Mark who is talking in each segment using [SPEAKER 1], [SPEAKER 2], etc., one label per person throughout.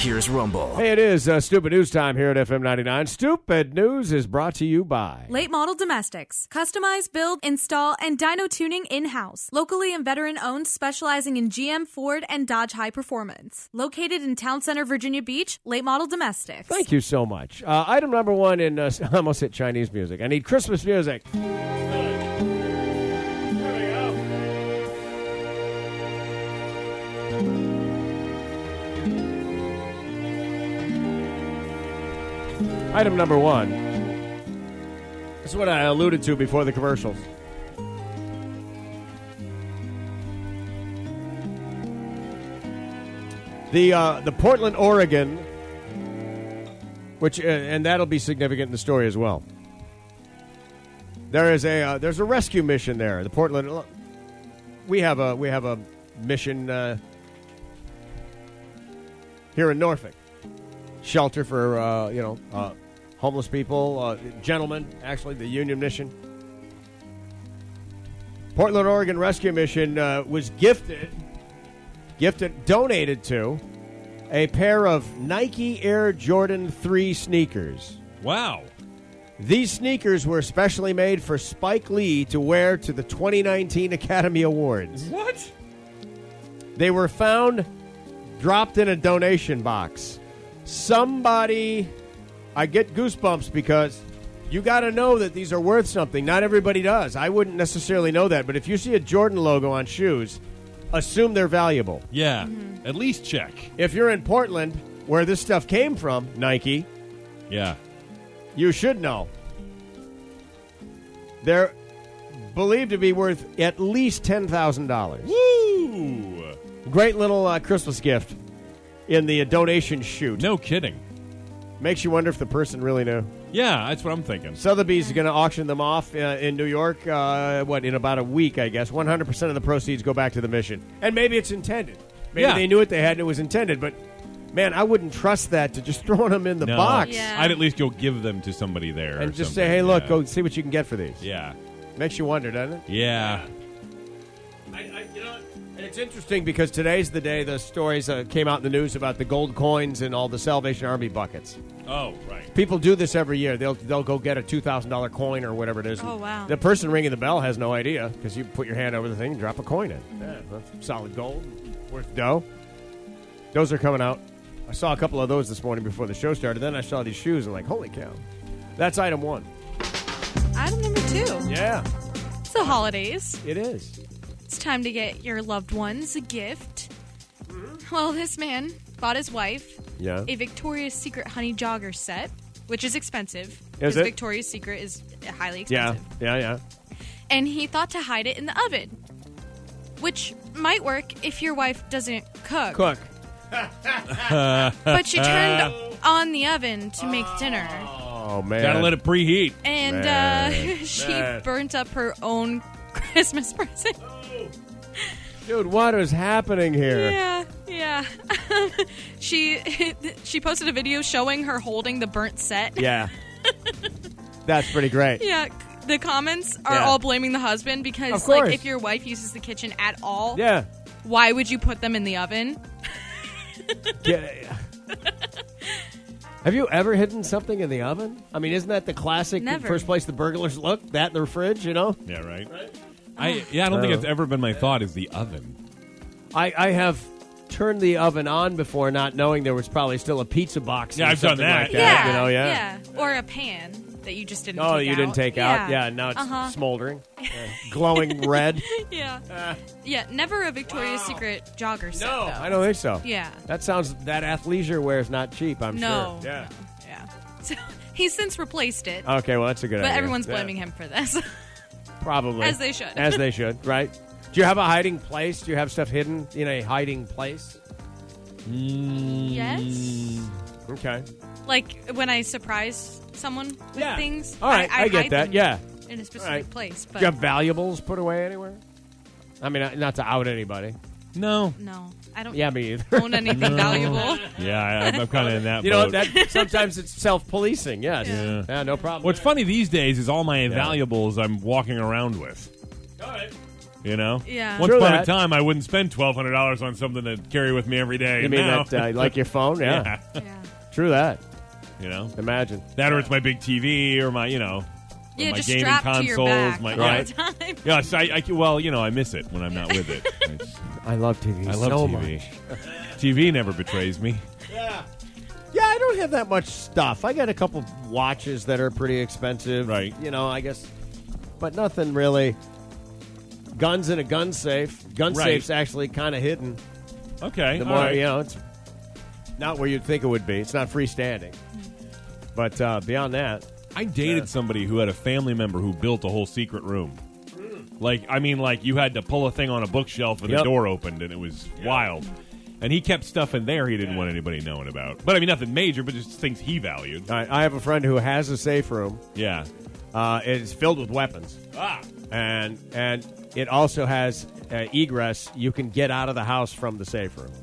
[SPEAKER 1] Here's Rumble.
[SPEAKER 2] Hey, it is uh, Stupid News time here at FM 99. Stupid News is brought to you by.
[SPEAKER 3] Late model domestics. Customize, build, install, and dyno tuning in house. Locally and veteran owned, specializing in GM, Ford, and Dodge high performance. Located in Town Center, Virginia Beach, late model domestics.
[SPEAKER 2] Thank you so much. Uh, item number one in. Uh, I almost hit Chinese music. I need Christmas music. Item number one. This is what I alluded to before the commercials. The uh, the Portland, Oregon, which uh, and that'll be significant in the story as well. There is a uh, there's a rescue mission there. The Portland, look, we have a we have a mission uh, here in Norfolk, shelter for uh, you know uh, homeless people, uh, gentlemen. Actually, the Union Mission, Portland, Oregon rescue mission uh, was gifted, gifted, donated to a pair of Nike Air Jordan 3 sneakers.
[SPEAKER 4] Wow.
[SPEAKER 2] These sneakers were specially made for Spike Lee to wear to the 2019 Academy Awards.
[SPEAKER 4] What?
[SPEAKER 2] They were found dropped in a donation box. Somebody, I get goosebumps because you got to know that these are worth something. Not everybody does. I wouldn't necessarily know that, but if you see a Jordan logo on shoes, assume they're valuable.
[SPEAKER 4] Yeah. At least check.
[SPEAKER 2] If you're in Portland, where this stuff came from, Nike,
[SPEAKER 4] Yeah.
[SPEAKER 2] you should know. They're believed to be worth at least ten thousand dollars.
[SPEAKER 4] Woo!
[SPEAKER 2] Great little uh, Christmas gift in the uh, donation chute.
[SPEAKER 4] No kidding.
[SPEAKER 2] Makes you wonder if the person really knew.
[SPEAKER 4] Yeah, that's what I'm thinking.
[SPEAKER 2] Sotheby's is going to auction them off uh, in New York. Uh, what in about a week, I guess. One hundred percent of the proceeds go back to the mission, and maybe it's intended. Maybe
[SPEAKER 4] Yeah.
[SPEAKER 2] they knew what they had and it was intended, but. Man, I wouldn't trust that to just throwing them in the
[SPEAKER 4] No.
[SPEAKER 2] box
[SPEAKER 3] Yeah.
[SPEAKER 4] I'd at least go give them to somebody there,
[SPEAKER 2] and
[SPEAKER 4] or
[SPEAKER 2] just
[SPEAKER 4] something.
[SPEAKER 2] say, "Hey, look,
[SPEAKER 4] yeah.
[SPEAKER 2] go see what you can get for these."
[SPEAKER 4] Yeah.
[SPEAKER 2] Makes you wonder, doesn't it?
[SPEAKER 4] Yeah.
[SPEAKER 2] I, I, you know, and it's interesting because today's the day the stories uh, came out in the news about the gold coins and all the Salvation Army buckets.
[SPEAKER 4] Oh, right.
[SPEAKER 2] People do this every year. They'll they'll go get a two thousand dollar coin or whatever it is.
[SPEAKER 3] Oh, wow.
[SPEAKER 2] The person ringing the bell has no idea because you put your hand over the thing and drop a coin in.
[SPEAKER 3] Mm.
[SPEAKER 2] Yeah, that's solid gold, worth dough. Those are coming out. I saw a couple of those this morning before the show started. Then I saw these shoes and like, holy cow! That's item one.
[SPEAKER 3] Item number two.
[SPEAKER 2] Yeah,
[SPEAKER 3] So, holidays.
[SPEAKER 2] it is.
[SPEAKER 3] It's time to get your loved ones a gift. Well, this man bought his wife
[SPEAKER 2] Mm-hmm. Yeah.
[SPEAKER 3] a Victoria's Secret honey jogger set, which is expensive.
[SPEAKER 2] Is
[SPEAKER 3] because
[SPEAKER 2] it?
[SPEAKER 3] Victoria's Secret is highly
[SPEAKER 2] yeah,
[SPEAKER 3] expensive.
[SPEAKER 2] yeah, yeah.
[SPEAKER 3] and he thought to hide it in the oven, which might work if your wife doesn't cook.
[SPEAKER 2] Cook.
[SPEAKER 3] But she turned on the oven to make dinner,
[SPEAKER 2] Oh man,
[SPEAKER 4] Gotta let it preheat.
[SPEAKER 3] and
[SPEAKER 2] Man.
[SPEAKER 3] uh, she
[SPEAKER 2] Man.
[SPEAKER 3] burnt up her own Christmas present.
[SPEAKER 2] Dude, what is happening here?
[SPEAKER 3] Yeah, yeah. Um, she she posted a video showing her holding the burnt set.
[SPEAKER 2] Yeah. That's pretty great.
[SPEAKER 3] Yeah, c- The comments are
[SPEAKER 2] Yeah.
[SPEAKER 3] all blaming the husband
[SPEAKER 2] Of
[SPEAKER 3] because,
[SPEAKER 2] course.
[SPEAKER 3] like, if your wife uses the kitchen at all,
[SPEAKER 2] Yeah.
[SPEAKER 3] why would you put them in the oven?
[SPEAKER 2] Yeah. Have you ever hidden something in the oven? I mean, isn't that the classic
[SPEAKER 3] Never.
[SPEAKER 2] first place the burglars look? That in the fridge, you know?
[SPEAKER 4] Yeah, right. I yeah, I don't think it's ever been my thought is the oven.
[SPEAKER 2] I, I have turned the oven on before not knowing there was probably still a pizza box.
[SPEAKER 4] Yeah,
[SPEAKER 2] or
[SPEAKER 4] I've done
[SPEAKER 2] something
[SPEAKER 4] that.
[SPEAKER 2] Like that You know, yeah.
[SPEAKER 3] Or a pan that you just didn't.
[SPEAKER 2] Oh,
[SPEAKER 3] take
[SPEAKER 2] you
[SPEAKER 3] out.
[SPEAKER 2] didn't take out? Yeah, now it's
[SPEAKER 3] uh-huh.
[SPEAKER 2] smoldering, Yeah. glowing red.
[SPEAKER 3] yeah, yeah. Never a Victoria's Secret jogger set. though.
[SPEAKER 2] Uh. I don't think so.
[SPEAKER 3] Yeah.
[SPEAKER 2] That sounds, that athleisure wear is not cheap, I'm
[SPEAKER 3] no,
[SPEAKER 2] sure. Yeah.
[SPEAKER 3] no, yeah. So he's since replaced it,
[SPEAKER 2] Okay, well, that's a good
[SPEAKER 3] but
[SPEAKER 2] idea.
[SPEAKER 3] everyone's
[SPEAKER 2] Yeah.
[SPEAKER 3] blaming him for this.
[SPEAKER 2] Probably.
[SPEAKER 3] As they should.
[SPEAKER 2] As they should, right? Do you have a hiding place? Do you have stuff hidden in a hiding place?
[SPEAKER 3] yes,
[SPEAKER 2] Mm. Okay.
[SPEAKER 3] like when I surprise someone with
[SPEAKER 2] Yeah.
[SPEAKER 3] things.
[SPEAKER 2] All right, I get
[SPEAKER 3] hide
[SPEAKER 2] that,
[SPEAKER 3] them
[SPEAKER 2] yeah.
[SPEAKER 3] in a specific
[SPEAKER 2] right.
[SPEAKER 3] place,
[SPEAKER 2] Do
[SPEAKER 3] but
[SPEAKER 2] you have valuables put away anywhere? I mean, not- not to out anybody.
[SPEAKER 4] No.
[SPEAKER 3] No, I don't
[SPEAKER 2] Yeah, me either.
[SPEAKER 5] own anything valuable.
[SPEAKER 4] Yeah, I, I'm kind of in that.
[SPEAKER 2] You know
[SPEAKER 4] boat.
[SPEAKER 2] that sometimes it's self-policing. Yes. Yeah. no problem.
[SPEAKER 4] What's funny these days is all my valuables I'm walking around with. You know,
[SPEAKER 3] Yeah.
[SPEAKER 4] Once
[SPEAKER 2] True
[SPEAKER 4] upon a
[SPEAKER 2] that.
[SPEAKER 4] time, I wouldn't spend twelve hundred dollars on something to carry with me every day.
[SPEAKER 2] you mean
[SPEAKER 4] now,
[SPEAKER 2] that uh, like your phone? Yeah.
[SPEAKER 4] yeah.
[SPEAKER 3] Yeah.
[SPEAKER 2] True that.
[SPEAKER 4] you know
[SPEAKER 2] Imagine.
[SPEAKER 4] that, or it's my big TV or my you know
[SPEAKER 5] yeah,
[SPEAKER 4] my
[SPEAKER 5] just
[SPEAKER 4] gaming
[SPEAKER 5] strapped
[SPEAKER 4] consoles.
[SPEAKER 5] to your back
[SPEAKER 4] my
[SPEAKER 5] the whole
[SPEAKER 4] yeah.
[SPEAKER 5] time.
[SPEAKER 4] Yeah, so I, I- well, you know, I miss it when I'm not with it. I, just-
[SPEAKER 2] I love TV
[SPEAKER 4] I love
[SPEAKER 2] so
[SPEAKER 4] TV.
[SPEAKER 2] much.
[SPEAKER 4] TV never betrays me.
[SPEAKER 2] Yeah, I don't have that much stuff. I got a couple watches that are pretty expensive.
[SPEAKER 4] Right.
[SPEAKER 2] You know, I guess, but nothing really. Guns in a gun safe. Gun
[SPEAKER 4] Right.
[SPEAKER 2] safe's actually kind of hidden.
[SPEAKER 4] Okay,
[SPEAKER 2] The
[SPEAKER 4] all
[SPEAKER 2] more
[SPEAKER 4] right.
[SPEAKER 2] you know, it's not where you'd think it would be. It's not freestanding. But uh, beyond that,
[SPEAKER 4] I dated somebody who had a family member who built a whole secret room. Like, I mean, like you had to pull a thing on a bookshelf and the
[SPEAKER 2] Yep.
[SPEAKER 4] door opened, and it was wild. And he kept stuff in there he didn't want anybody knowing about. But I mean, nothing major, but just things he valued.
[SPEAKER 2] uh, I, I have a friend who has a safe room.
[SPEAKER 4] Yeah.
[SPEAKER 2] Uh, it is filled with weapons.
[SPEAKER 4] Ah.
[SPEAKER 2] and and it also has uh, egress. You can get out of the house from the safe room.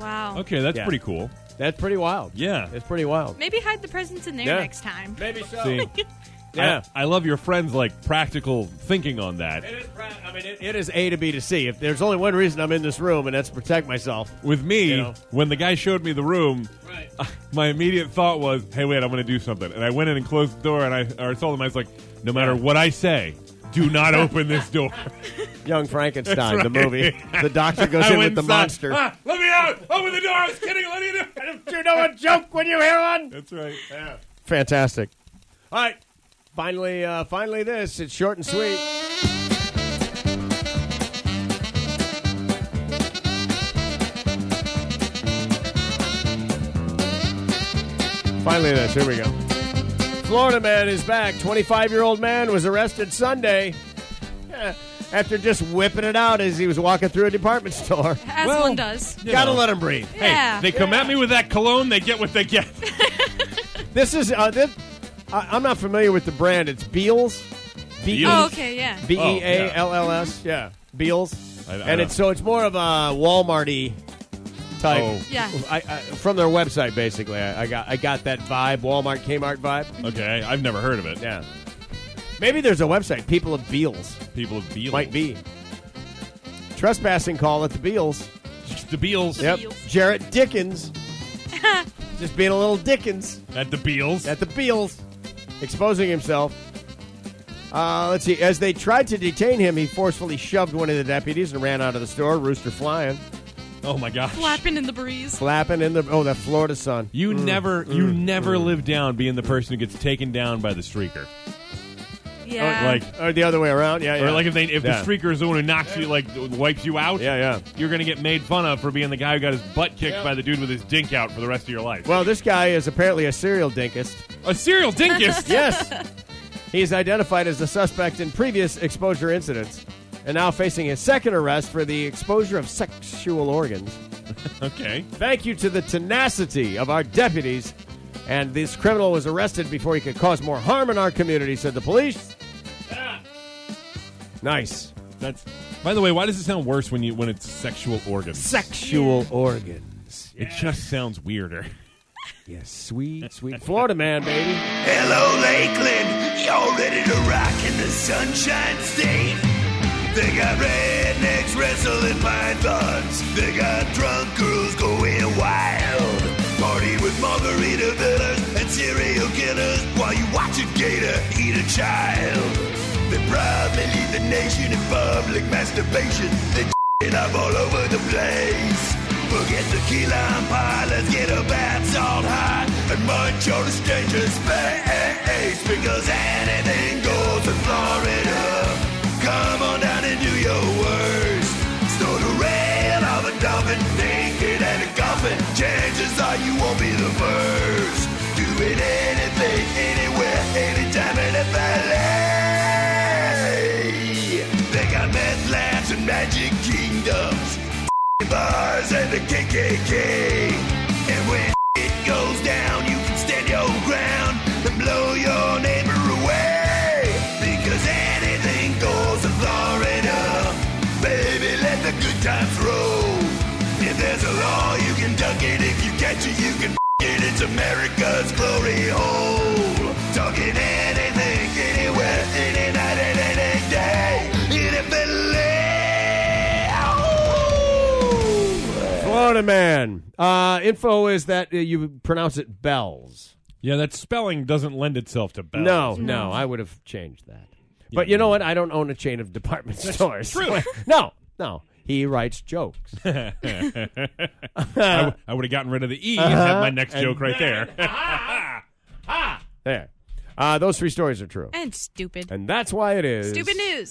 [SPEAKER 3] Wow.
[SPEAKER 4] Okay, that's
[SPEAKER 2] Yeah.
[SPEAKER 4] pretty cool.
[SPEAKER 2] That's pretty wild.
[SPEAKER 4] Yeah.
[SPEAKER 2] it's pretty wild.
[SPEAKER 5] Maybe hide the presents in there
[SPEAKER 2] Yeah.
[SPEAKER 5] next time.
[SPEAKER 2] Maybe so.
[SPEAKER 4] See,
[SPEAKER 2] Yeah.
[SPEAKER 4] I, I love your friend's like practical thinking on that.
[SPEAKER 2] It is, I mean, it, it is A to B to C. If there's only one reason I'm in this room, and that's to protect myself.
[SPEAKER 4] With me,
[SPEAKER 2] You know.
[SPEAKER 4] when the guy showed me the room, my immediate thought was, "Hey, wait, I'm going to do something." And I went in and closed the door, and I or told him I was like, "No matter what I say, do not open this door."
[SPEAKER 2] Young Frankenstein,
[SPEAKER 4] That's
[SPEAKER 2] the
[SPEAKER 4] right.
[SPEAKER 2] movie. The doctor goes
[SPEAKER 4] I
[SPEAKER 2] in
[SPEAKER 4] went
[SPEAKER 2] with the
[SPEAKER 4] inside.
[SPEAKER 2] monster.
[SPEAKER 4] Ah, let me out! Open the door! I was kidding. What are you doing?
[SPEAKER 2] you know a joke when you hear one?
[SPEAKER 4] That's right. Yeah.
[SPEAKER 2] Fantastic.
[SPEAKER 4] All right.
[SPEAKER 2] Finally, uh, finally, this. It's short and sweet. Finally, this. Here we go. Florida man is back. 25 year old man was arrested Sunday eh, after just whipping it out as he was walking through a department store.
[SPEAKER 5] As
[SPEAKER 4] Well-
[SPEAKER 5] one does.
[SPEAKER 4] You
[SPEAKER 2] Gotta
[SPEAKER 4] know.
[SPEAKER 2] let him breathe.
[SPEAKER 4] Hey,
[SPEAKER 5] Yeah.
[SPEAKER 4] they come at me with that cologne. They get what they get.
[SPEAKER 2] This is, uh, this, I, I'm not familiar with the brand. It's Beals. B E
[SPEAKER 5] Oh, okay, yeah.
[SPEAKER 2] B
[SPEAKER 4] Oh,
[SPEAKER 2] E A L L S. Yeah, Beals.
[SPEAKER 4] I- I
[SPEAKER 2] and it's so it's more of a Walmarty type.
[SPEAKER 4] Oh.
[SPEAKER 3] Yeah.
[SPEAKER 2] I, I, from their website, basically, I, I got I got that vibe, Walmart, Kmart vibe.
[SPEAKER 4] okay, I've never heard of it.
[SPEAKER 2] Yeah. Maybe there's a website. People of Beals
[SPEAKER 4] People of Beals
[SPEAKER 2] might be trespassing call at the Beals.
[SPEAKER 4] the Beals
[SPEAKER 2] Yep. Jarrett Dickens. Just being a little Dickens.
[SPEAKER 4] at the Beals.
[SPEAKER 2] at the Beals, exposing himself. Uh, let's see. As they tried to detain him, he forcefully shoved one of the deputies and ran out of the store, rooster flying,
[SPEAKER 4] oh my gosh.
[SPEAKER 5] Flapping in the breeze.
[SPEAKER 2] flapping in the oh, the Florida sun.
[SPEAKER 4] You never,
[SPEAKER 2] mm,
[SPEAKER 4] you never live down being the person who gets taken down by the streaker,
[SPEAKER 2] oh,
[SPEAKER 3] Yeah.
[SPEAKER 4] like,
[SPEAKER 2] Or the other way around, yeah. yeah.
[SPEAKER 4] or like if they, if
[SPEAKER 2] Yeah.
[SPEAKER 4] the streaker is the one who knocks you, like wipes you out.
[SPEAKER 2] yeah, yeah.
[SPEAKER 4] You're gonna get made fun of for being the guy who got his butt kicked
[SPEAKER 2] Yeah.
[SPEAKER 4] by the dude with his dink out for the rest of your life.
[SPEAKER 2] Well, this guy is apparently a serial dinkist.
[SPEAKER 4] a serial dinkist.
[SPEAKER 2] Yes, he's identified as the suspect in previous exposure incidents, and now facing his second arrest for the exposure of sexual organs.
[SPEAKER 4] Okay.
[SPEAKER 2] Thank you to the tenacity of our deputies. And this criminal was arrested before he could cause more harm in our community, said the police. Nice.
[SPEAKER 4] That's. By the way, why does it sound worse when you when it's sexual organs?
[SPEAKER 2] Sexual organs.
[SPEAKER 4] It just sounds weirder.
[SPEAKER 2] Yes, sweet, sweet. Florida man, baby.
[SPEAKER 6] Hello, Lakeland. Y'all ready to rock in the Sunshine State? They got rednecks wrestling pine bugs. They got drunk girls going wild. Party with margarita villas and serial killers while you watch a gator eat a child. They proudly lead the nation in public masturbation. They it up all over the place. Forget the key lime pie, let's get a bat salt high and munch on the stranger's face. Because anything goes in Florida. Come on down and do your worst. Snow the rail of a dolphin, naked and a coffin. Chances are you won't be the first. Doing anything, anywhere, anytime in the valley. They got meth labs and magic kingdoms, bars and the KKK. And when it goes down, you can stand your ground and blow your neighbor away. Because anything goes in Florida. Baby, let the good times roll.
[SPEAKER 7] it if you catch it, you can f- it. It's America's glory hole. Talking anything, anywhere, any night, and any day. NFL.
[SPEAKER 2] Florida man. Uh, info is that uh, you pronounce it bells.
[SPEAKER 4] Yeah, that spelling doesn't lend itself to bells.
[SPEAKER 2] No, no, I would have changed that. But you know what? I don't own a chain of department stores.
[SPEAKER 4] true.
[SPEAKER 2] no, no. He writes jokes.
[SPEAKER 4] I, w- I would have gotten rid of the E and
[SPEAKER 2] Uh-huh.
[SPEAKER 4] had my next joke right there.
[SPEAKER 2] There. Uh, those three stories are true.
[SPEAKER 3] And stupid.
[SPEAKER 2] And that's why it is.
[SPEAKER 3] Stupid news.